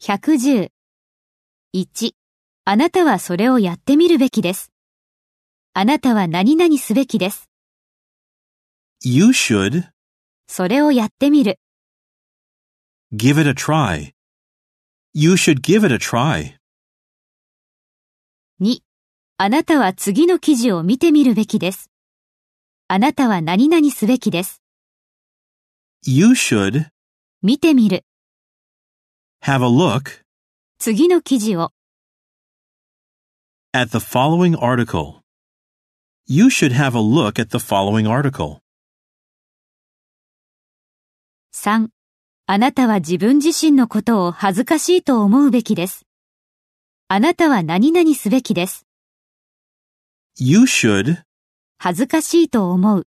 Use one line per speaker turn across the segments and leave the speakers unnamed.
110。1. あなたはそれをやってみるべきです。あなたは何々すべきです。
You should
それをやってみる。
give it a try. You should give it a try.
2. あなたは次の記事を見てみるべきです。あなたは何々すべきです。
You should
見てみる。
have a look
次の記事を。
at the following article. You should have a look at the following article.
3. あなたは自分自身のことを恥ずかしいと思うべきです。あなたは何々すべきです。
You should
恥ずかしいと思う。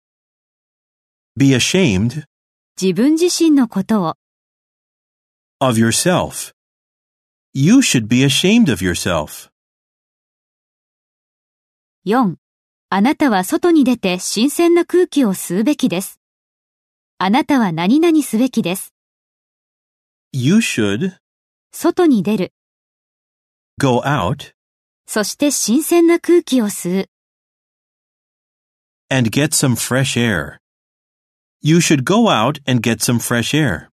be ashamed
自分自身のことを。
of yourself. You should be ashamed of yourself.
4. あなたは外に出て新鮮な空気を吸うべきです。あなたは何々すべきです。
You should
外に出る。
go out
そして新鮮な空気を吸う。
and get some fresh air. You should go out and get some fresh air.